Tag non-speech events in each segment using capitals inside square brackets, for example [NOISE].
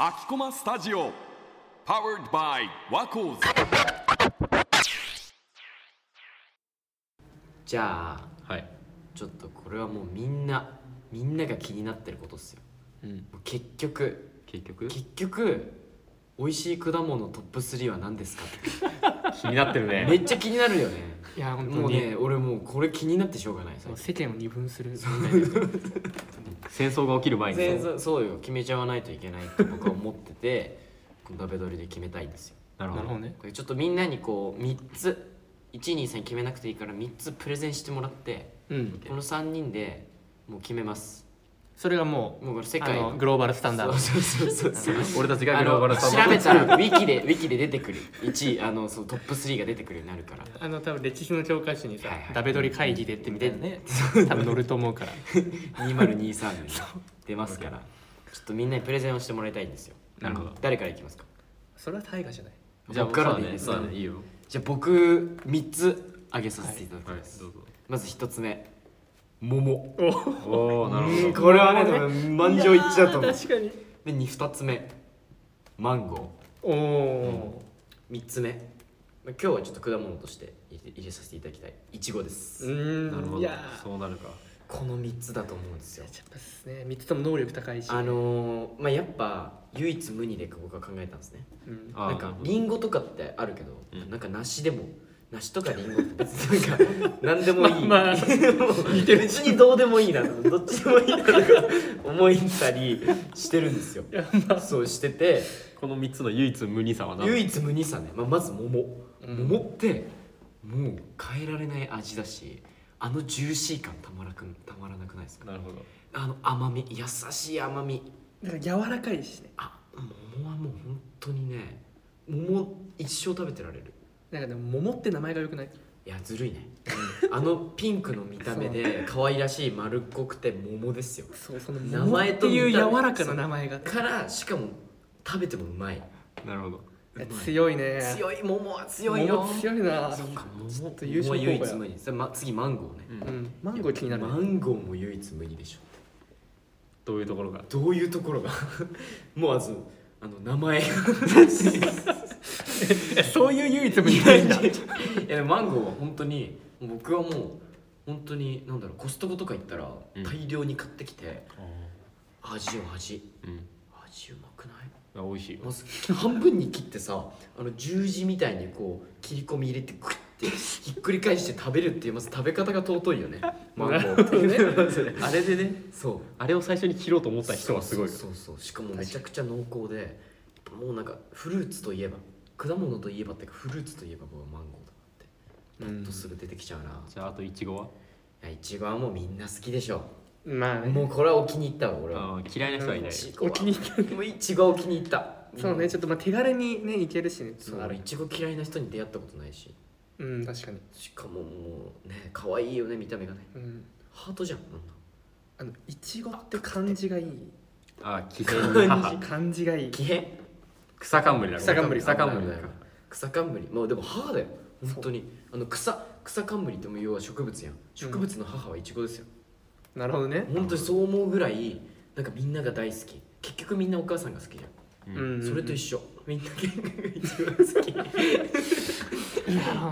アキコマスタジオ Powered by ワコーズじゃあはいちょっとこれはもうみんなみんなが気になってることっすようんもう結局結局結局美味しい果物トップ3は何ですかって気になってるめねっちゃ気にな [LAUGHS] るよねいや本当にもうね俺もうこれ気になってしょうがない最近世間を二分する問題ですよ戦争が起きる前に全然そうよ決めちゃわないといけないって僕は思っててこのダベドリで決めたいんですよなるなほるほどどねこれちょっとみんなにこう3つ123決めなくていいから3つプレゼンしてもらってうんこの3人でもう決めますそれがももうこれ世うあ界のグローバルスタンダードそうそうそうそう俺たちがあグローバのルサ調ンダードべたらウィキでウィキで出てくる1位あのそのトップ3が出てくるようになるからあの多分歴史の教科書にさはいはい「ダベドリ会議で」ってみたいなね多分載ると [LAUGHS] 思うから2023に出ますからちょっとみんなにプレゼンをしてもらいたいんですよなるほど誰からいきますかそれは大河じゃないじゃあ僕からでいいですそうかだねいいよじゃあ僕3つ挙げさせていただきはいます、どうぞまず1つ目桃おおなるうんほど [LAUGHS] これはね多分満場一致だと思う確かにで 2, つ目マンゴおおー3つ目まあ今日はちょっと果物として入れ入れさせていただきたいいちごです、うーんなるほいどやーそうなるかこの3つだと思うんですよやっぱっすね3つとも能力高いしあのー、まあやっぱ唯一無二で僕は考えたんですねうんあーなんかリンゴとかってあるけど、うんなんか梨でも梨とかリンゴって別になんか何でもいい、 [LAUGHS] まあまあ似てる別にどうでもいいなどっちでもいいなとか思いたりしてるんですよそうしててこの3つの唯一無二さは何唯一無二さね、まあ、まず桃、うん桃ってもう変えられない味だしあのジューシー感たまらくんたまらなくないですかなるほどあの甘み優しい甘みなんか柔らかいしねあ桃はもう本当にね桃一生食べてられるなんかでも桃って名前が良くないいやずるいね、あのピンクの見た目で可愛らしい丸っこくて桃ですよそうその名桃っ前てと見たい目う柔らかな名前がからしかも食べてもうまいなるほどうまい強いね強い桃は強いよ桃強いなそうか桃ちょっと優桃は勝唯候補一や無二それ、ま、次マンゴーね、うんうんマンゴー気になるねマンゴーも唯一無二でしょどういうところがどういうところが [LAUGHS] もうあずあの名 [LAUGHS] 前がえそういう [LAUGHS] 唯一無二ないんだいやマンゴーは本当に僕はもう本当になんだろうコストコとか行ったらうん大量に買ってきて、味よ味うん味うまくないあ美味しいよまず半分に切ってさあの十字みたいにこう切り込み入れてクッてひっくり返して食べるっていうまず食べ方が尊いよねマンゴーっていうね [LAUGHS] あれでねそうあれを最初に切ろうと思った人はすごいよそうそうそうそうしかもめちゃくちゃ濃厚でもうなんかフルーツといえば果物といえばっていうかフルーツといえば僕はマンゴーだなってパッとすぐ出てきちゃうな、じゃああといちごはいやいちごはもうみんな好きでしょまあねもうこれはお気に入ったわ俺はあー嫌いな人はいないよいちごはお気に入 [LAUGHS] りもういちごはお気に入ったそうねちょょっとまあ手軽にねいけるしねそう俺いちご嫌いな人に出会ったことないしうん確かにしかももうね可愛いよね見た目がねうんハートじゃんあのいちごって漢字がいいあー既成に母漢字がいい気変草冠だ草冠草冠だよ草冠まあでも母だよ本当にあの草草冠ってもう要は植物やん植物の母はイチゴですよ、なるほどね本当にそう思うぐらいなんかみんなが大好き結局みんなお母さんが好きじゃ、うんうんんそれと一緒みんな結局イチゴが好き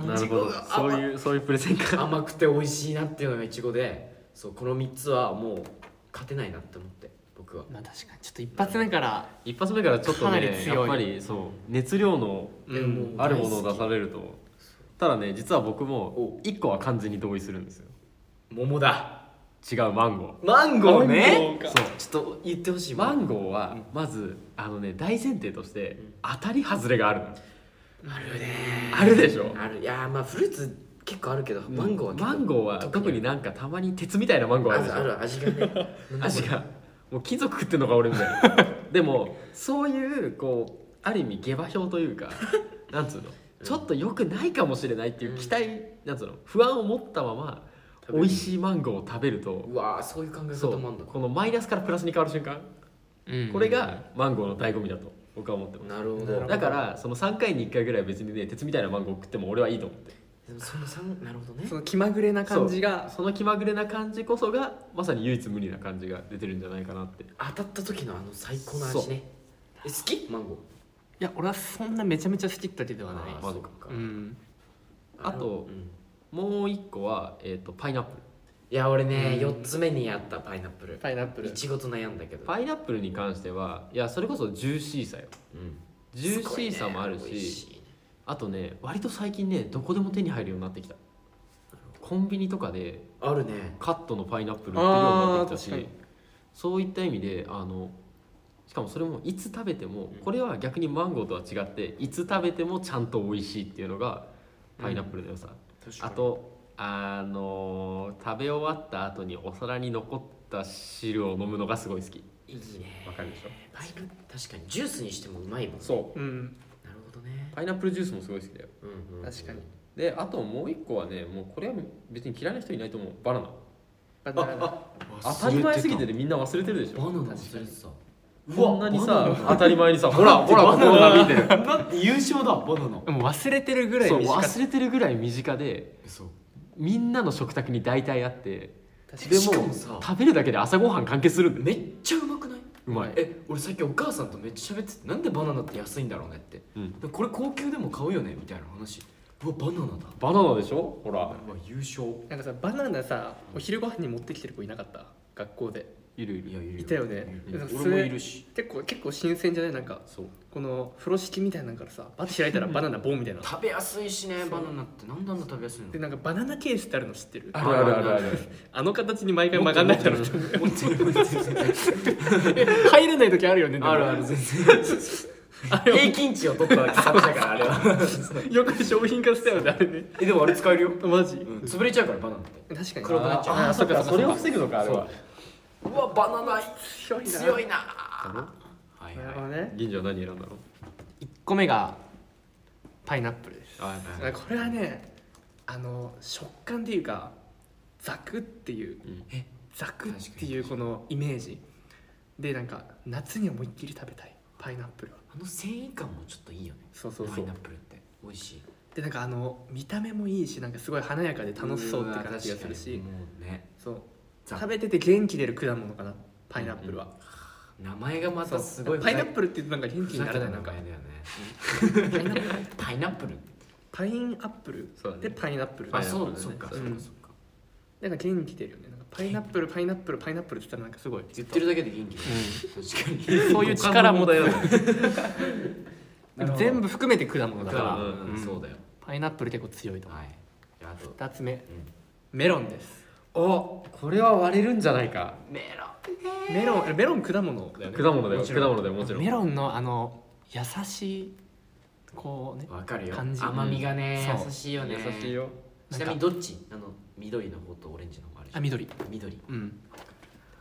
なるほどそういうそういうプレ [LAUGHS] ゼンか [LAUGHS] 甘くて美味しいなっていうのがイチゴでそうこの3つはもう勝てないなって思って僕はまあ確かにちょっと一発目から一発目からちょっとかなりね強いやっぱりそう熱量のうんでもあるものを出されるとただね実は僕おも1個は完全に同意するんですよ桃だ違うマンゴーマンゴーマンねゴーそかうちょっと言ってほしいマンゴゴーはまずあのね大前提として当たり外れがあるのあるねあるでしょあるいやーまあフルーツ結構あるけどマンゴーは結構マンゴーは特になんかたまに鉄みたいなマンゴーあるでしあょる味がね味がもう貴族食ってんのか俺みた [LAUGHS] いなでもそういうこうある意味下馬評と [LAUGHS] いうかなんつうのちょっと良くないかもしれないっていう期待、なんつうの不安を持ったまま食べ美る味しいマンゴーを食べるとうわーそういう考えそ方もあんだうこのマイナスからプラスに変わる瞬間、これがマンゴーの醍醐味だと僕は思ってますなるほなるどほどだからその3回に1回ぐらい別にね鉄みたいなマンゴー食っても俺はいいと思ってでもその三なるほどねその気まぐれな感じがその気まぐれな感じこそがまさに唯一無二な感じが出てるんじゃないかなって当たった時のあの最高の味ねえ好きマンゴいや俺はそんなめちゃめちゃ好きってわけではないーマンゴーそうかうんーあとうんもう一個は、えー、とパイナップルいや俺ねうん4つ目にあったパイナップルパイナップルいちごと悩んだけどパイナップルに関してはいやそれこそジューシーさようんジューシーさもあるすしごいね美味しいねあとね割と最近ねどこでも手に入るようになってきたコンビニとかであるねカットのパイナップル売ってるようになってきたあー確しかそういった意味であのしかもそれもいつ食べてもこれは逆にマンゴーとは違っていつ食べてもちゃんと美味しいっていうのがパイナップルの良さ、あとあのー食べ終わった後にお皿に残った汁を飲むのがすごい好きいいねわかるでしょパイナップル確かにジュースにしてもうまいもんそうんなるほどねうパイナップルジュースもすごい好きだようんうんうん確かにであともう一個はねもうこれは別に嫌いな人いないと思うバナナバナナ当たり前すぎてねみんな忘れてるでしバょナナ忘れてたこんなにバナさ当たり前にさほらほら心が見えてるなんて優勝だバナナもう忘れてるぐらいそう短かった忘れてるぐらい身近でそうみんなの食卓に大体あって確でしかももさ食べるだけで朝ごはん完結するんだよめっちゃうまくないうまいえ俺さっきお母さんとめっちゃ喋っててなんでバナナって安いんだろうねって、うんこれ高級でも買うよねみたいな話うわバナナだバナナでしょほらうわ優勝なんかさバナナさお昼ご飯に持ってきてる子いなかった学校でいるいいるやいるいたよねいるなんかそ俺れもいるし結構結構新鮮じゃないなんかそうこの風呂敷みたいなのからさバッて開いたらバナナボンみたいな食べやすいしねそうバナナってなんであんな食べやすいのでなんかバナナケースってあるの知ってるあるあるあるあるあの形に毎回曲がんないだろうって持ってる持ってる入れない時あるよねでもあるある全あれ然は平均値を取ったわけ作者からあれ [LAUGHS] はよく商品化したよねあれねえでもあれ使えるよ、マジ、潰れちゃうからバナナって確かに黒くなっちゃうあーそっかそれを防ぐのかあれはうわバナナ強いな強いなはいなるほはどね銀次は何選んだの1個目がパイナップルですあーこれはねあの食感っていうかザクっていう、んえザクっていうこのイメージでなんか夏に思いっきり食べたいパイナップルはいあの繊維感もちょっといいよねそうそうパそイうナップルって美味しいでなんかあの見た目もいいしなんかすごい華やかで楽しそうって感じがするうしわ確かにもうねそうザ食べてて元気出る果物かなパイナップルは、名前がまたすごいパイナッルプルって言うとなんか元気にならないなんか名前だよねパイナップルパイナップルパインアップルそうだねでパイナップルパあイナップルそうねそっかうそっんかそっかなんか元気出るよねなんかパイナップルパイナップルパイナップルって言ったらなんかすごい言ってるだけで元気確かにそういう力もだよなるほど全部含めて果物だかだかららうんうんそうだよパイナップル結構強いと思うはいあと2つ目んメロンですおこれは割れるんじゃないかメロメロンメロン果物だよね果物だよもち果ろん物だよもちろんメロンのあの優しいこうねンわかるよ感じ甘みがねそう優しいよね優しいよちなみにどっちあの緑の方とオレンジの方あるあ緑緑うん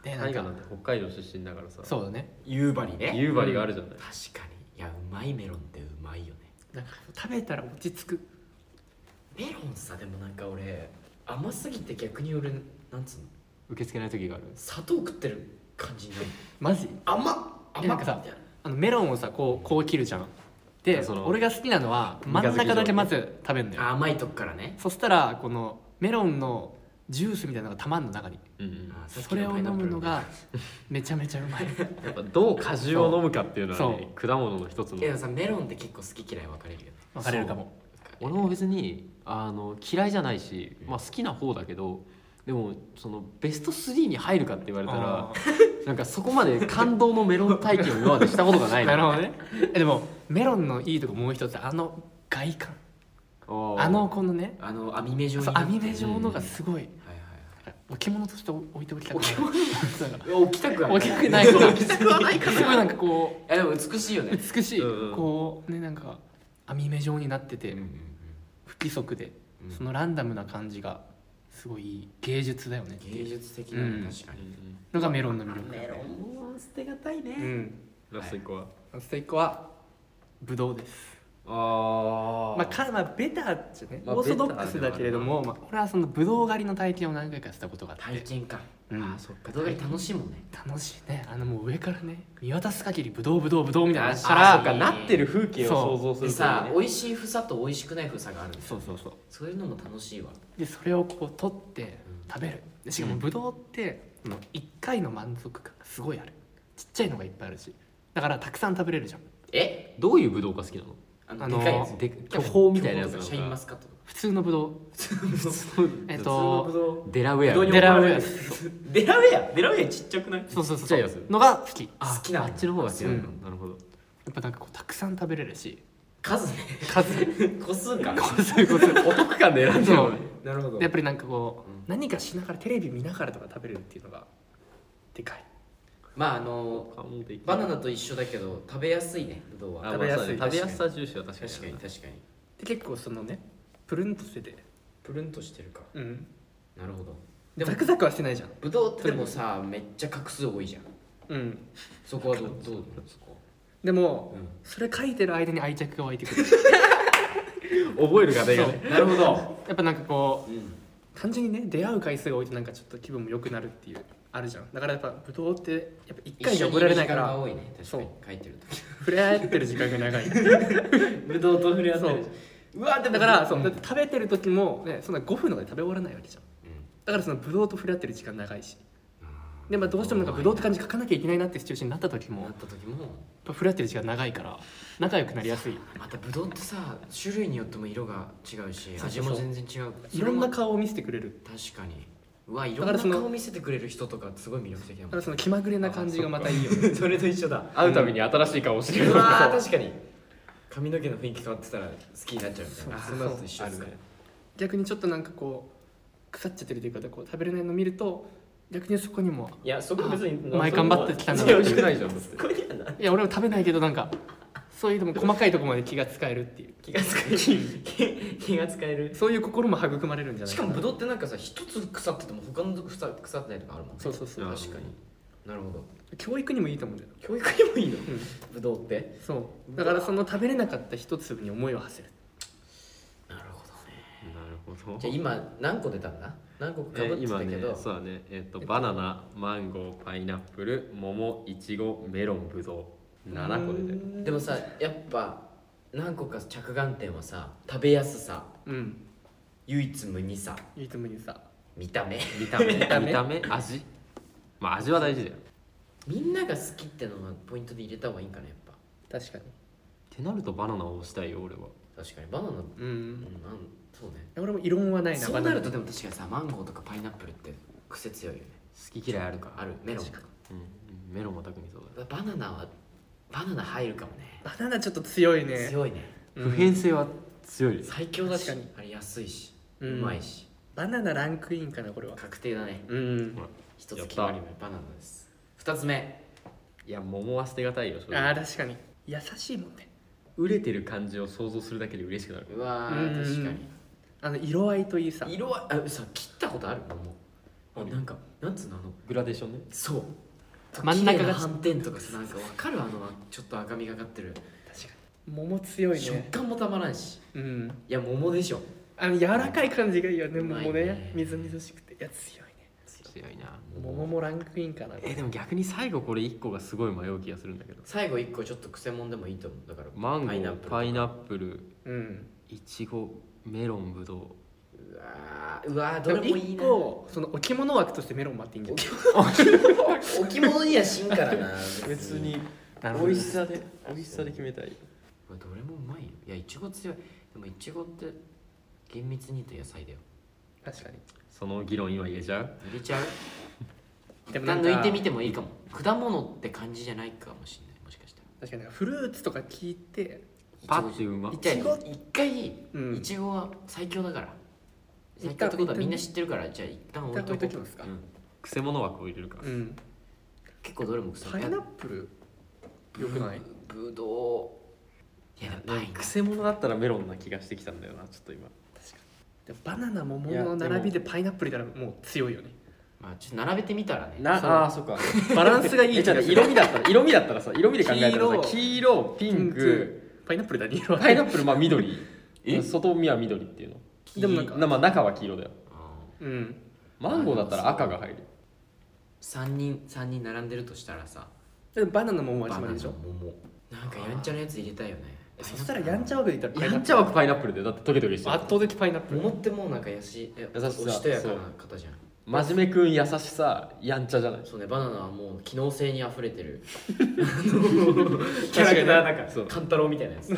でなタんイガーかなんて北海道出身だからさそうだね夕張ね夕張があるじゃない確かにいやうまいメロンってうまいよねなんか食べたら落ち着くメロンさでもなんか俺甘すぎて逆に俺なんつうの受け付けない時がある砂糖食ってる感じになるマジ甘っ甘っなんかさみたいなあのメロンをさこうこう切るじゃんでその俺が好きなのは真ん中だけまず食べるのよあ甘いとこからねそしたらこのメロンのジュースみたいなのがたまんの中にうんうんあさっきそれをパイ飲ナップむルのがめちゃめちゃうま [LAUGHS] いやっぱどう果汁を飲むかっていうのはね果物の一つのけどさメロンって結構好き嫌い分かれるよね分かれるかも俺も別にあの嫌いじゃないし、まあ、好きな方だけどでもそのベスト3に入るかって言われたらあなんかそこまで感動のメロン体験を今までしたことがなーいなるほどねえでもメロンのいいとこもう一つあの外観ほあのこのねあの網目状にそうなって網目状のがすごいはいはい置物として置いておきたくないそうなんかはいいや置きたくはない置きたくないそう置きたくはないかすごいなんかこいやでも美しいよねう美しいうんうんこうねなんか網目状になっててうんうん不規則でうんそのランダムな感じがすごいいい芸術だよね芸術的なうんね確かにのがメロンの魅力だメよロねンも捨てがたいねうんラスト1個はラスト1個はブドウですあーまあかまあ、ベターじゃね、まあオーソドックスだけれども、まあ、俺はそのブドウ狩りの体験を何回かしたことがあって体験か、うんああそっか動画楽しいもんね楽しいねあのもう上からね見渡す限りブドウブドウブドウみたいなあのーかあらーそうかなってる風景を想像するでとねさ美味しい房と美味しくない房があるんですそうそうそうそういうのも楽しいわでそれをこう取ってうん食べるでしかもブドウって1回の満足感がすごいあるちっちゃいのがいっぱいあるしだからたくさん食べれるじゃんえどういうブドウが好きなのあのあのでかいやつで巨峰みたいなやつなの巨峰とかかシャインマスカットとか普通のブドウ [LAUGHS] えっととデラウェアみたデいなラウェアデラウェアデラウェアちっちゃくないそうそうちそうっちゃいやつのが好きやあ好きなのあっちの方が強いの、うんなるほどっぱなんかこうたくさん食べれ [LAUGHS] るし数ね数個数かそういうことお得感で選んでるのねなるほどやっぱりなんかこう、うん何かしながらテレビ見ながらとか食べれるっていうのがでかいまああのバナナと一緒だけど食べやすいねぶどうはあまあそうだね食食べべややすいすさ重視は確かに確かに確かにで結構そのねプルンとしててプルンとしてるかうんなるほどでもザクザクはしてないじゃんぶどうってでもさめっちゃ画数多いじゃんうんそこはどうどうなのそこでも、うんそれ書いてる間に愛着が湧い [LAUGHS] てくる覚える過程がそうねなるほどやっぱなんかこうんう単純にね出会う回数が多いとなんかちょっと気分も良くなるっていうあるじゃんだからやっぱブドウってやっぱ一回じゃ覚えられないか一緒らにいる時間が多いね確かに書いてる時触れ合ってる時間が長いぶどうと触れ合ってそうるうわでもだからそううだって食べてる時もねそんな5分とかで食べ終わらないわけじゃんうんだからそのブドウと触れ合ってる時間長いしでまあどうしてもなんかブドウって感じ書かなきゃいけないなってシチュエーションになった時もなやっった時もぱ触れ合ってる時間長いから仲良くなりやすいまたぶどうってさ種類によっても色が違うしそうそう味そうも全然違ういろんなそ顔を見せてくれるれも確かにうわいろんだかならその顔見せてくれる人とかすごい魅力的だだもからそんの気まぐれな感じがまたいいよねそれと一緒だ [LAUGHS] 会うたびに新しい顔してうるわ [LAUGHS] ー確かに髪の毛の雰囲気変わってたら好きになっちゃうみたいなそそうんなのと一緒ですから逆にちょっとなんかこう腐っちゃってるというかこう食べれないの見ると逆にそこにもいやそこ別にあ前頑張ってきたんだなな美味しくないじゃんだっていや俺は食べないけどなんかそういうでも細かいところまで気が使えるっていう気が使える気気が使えるそういう心も育まれるんじゃなしいかかもなブドウってなんかさ一つ腐ってても他の腐腐ってないとかあるもんねそうそうそうあ確かになるほど教育にもいいと思うんだよ教育にもいいのんブドウってそうだからその食べれなかった一粒に思いを馳せるなるほどねなるほどじゃあ今何個出たんだ何個かえぶっーてた今けねど、そうだねえっ、とバナナマンゴーパイナップル桃いちごメロンぶどう7個出てるでもさやっぱ何個か着眼点はさ食べやすさうん唯一無二さいつもにさ [LAUGHS] 見た目見た目見たた目目味まあ味は大事だよみんなが好きってのはポイントで入れた方がいいんかなやっぱ確かにってなるとバナナを押したいよ俺は確かにバナナうんうなんんそうね俺も異論はないなそうなるバナとでも確かにさマンゴーとかパイナップルって癖強いよね好き嫌いあるからあるメロンとかうんメロンは特にそうだねバナナはバナナ入るかもねナバナナちょっと強いね強いねうん普遍性は強いです最強だし確かにあれ安いし、ううんまいしバナナランクインかなこれは確定だねうん一つ決まり目バナナです二つ目いや桃は捨てがたいよ正直ああ確かに優しいもんね売れてる感じを想像するだけで嬉しくなるうわうーん確かにあの色合いといいさ色はあさ切ったことあるもうあるなんかなんつうのあのグラデーションねそう真ん中綺麗なが斑点とかさなんかわかるあのちょっと赤みがかってる桃強い食ね感もたまらんしうんいや桃でしょあの柔らかい感じがいいよねうまいね桃ねみずみずしくていや強いね強いな桃もランクインかなえでも逆に最後これ1個がすごい迷う気がするんだけど最後一個ちょっと癖もんでもいいと思うだからマンゴパイナッープルパイナップルうんいちごメロンぶどううわーうわーでどもれもいい一な個その置物枠としてメロンもあっていいんじゃない置物には芯からな [LAUGHS] なるほどさで美味しさで決めたいうわどれもうまいよいやいちご強いでもいちごって厳密に言うと野菜だよ確かにその議論今言えちゃう入れちゃう一でもな旦抜んかいてみてもいいかも果物って感じじゃないかもしれないもしかしたら確かになんかフルーツとか聞いてパッてうまいちご一回うんいちごは最強だから一旦最強ってことはみんな知ってるからじゃあ一旦置いとこ一旦置いとうきますかうんくせ者枠を入れるかうん結構どれも臭いパイナップルよくないぶどういやでもパインくせ者だったらメロンな気がしてきたんだよなちょっと今でもバナナ桃の並びでパイナップルいたらもう強いよねまあちょっと並べてみたらねそうなあーそっかバランスがいい [LAUGHS] えじゃあ色味だったら色味だったらさ色味で考えたらさ黄色黄色ピンピンククパイナップルだに色は [LAUGHS] パイナップルまあ緑え外見は緑っていうのでもなんかなまあ、中は黄色だようんマンゴーだったら赤が入る3人三人並んでるとしたらさでもバナナももうバナ始まナりでしょ桃なんかやんちゃなやつ入れたいよねそしたらやんちゃ枠で言ったらやんちゃ枠パイナップルでだってトゲトゲしてる圧倒的パイナップル桃ってもうなんかやしえ優しさおしとやかな方じゃん真面目くん優しさやんちゃじゃないそうねバナナはもう機能性にあふれてるキャラクターだからそうカンタロウみたいなや [LAUGHS] つ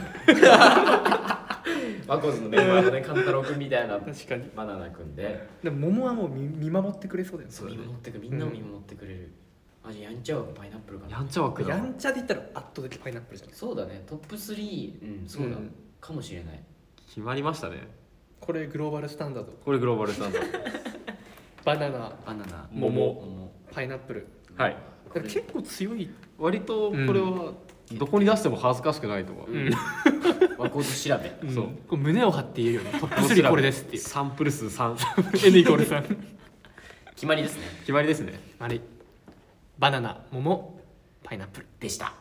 ワコーズのメンバーのねカンタロウくんみたいな確かにバナナくんででも桃はもう見見守ってくれそうだよねそう見守ってくみんなを見守ってくれる、あじゃあやんちゃはパイナップルかやなんちゃ枠だやんちゃで言ったら圧倒的パイナップルじゃないそうだねトップ3うんそうだ、うんかもしれない決まりましたねこれグローバルスタンダードこれグローバルスタンドバナナバナ [LAUGHS] ナ桃桃パイナップルはいこれ結構強い割とこれはどこに出しても恥ずかしくないとか、うんワコーズ調べそうこう胸を張って言えるよ [LAUGHS] ねトップ3これですっていうサンプル数3 N イコールさん [LAUGHS] 決まりですね決まりですね丸いバナナ桃パイナップルでした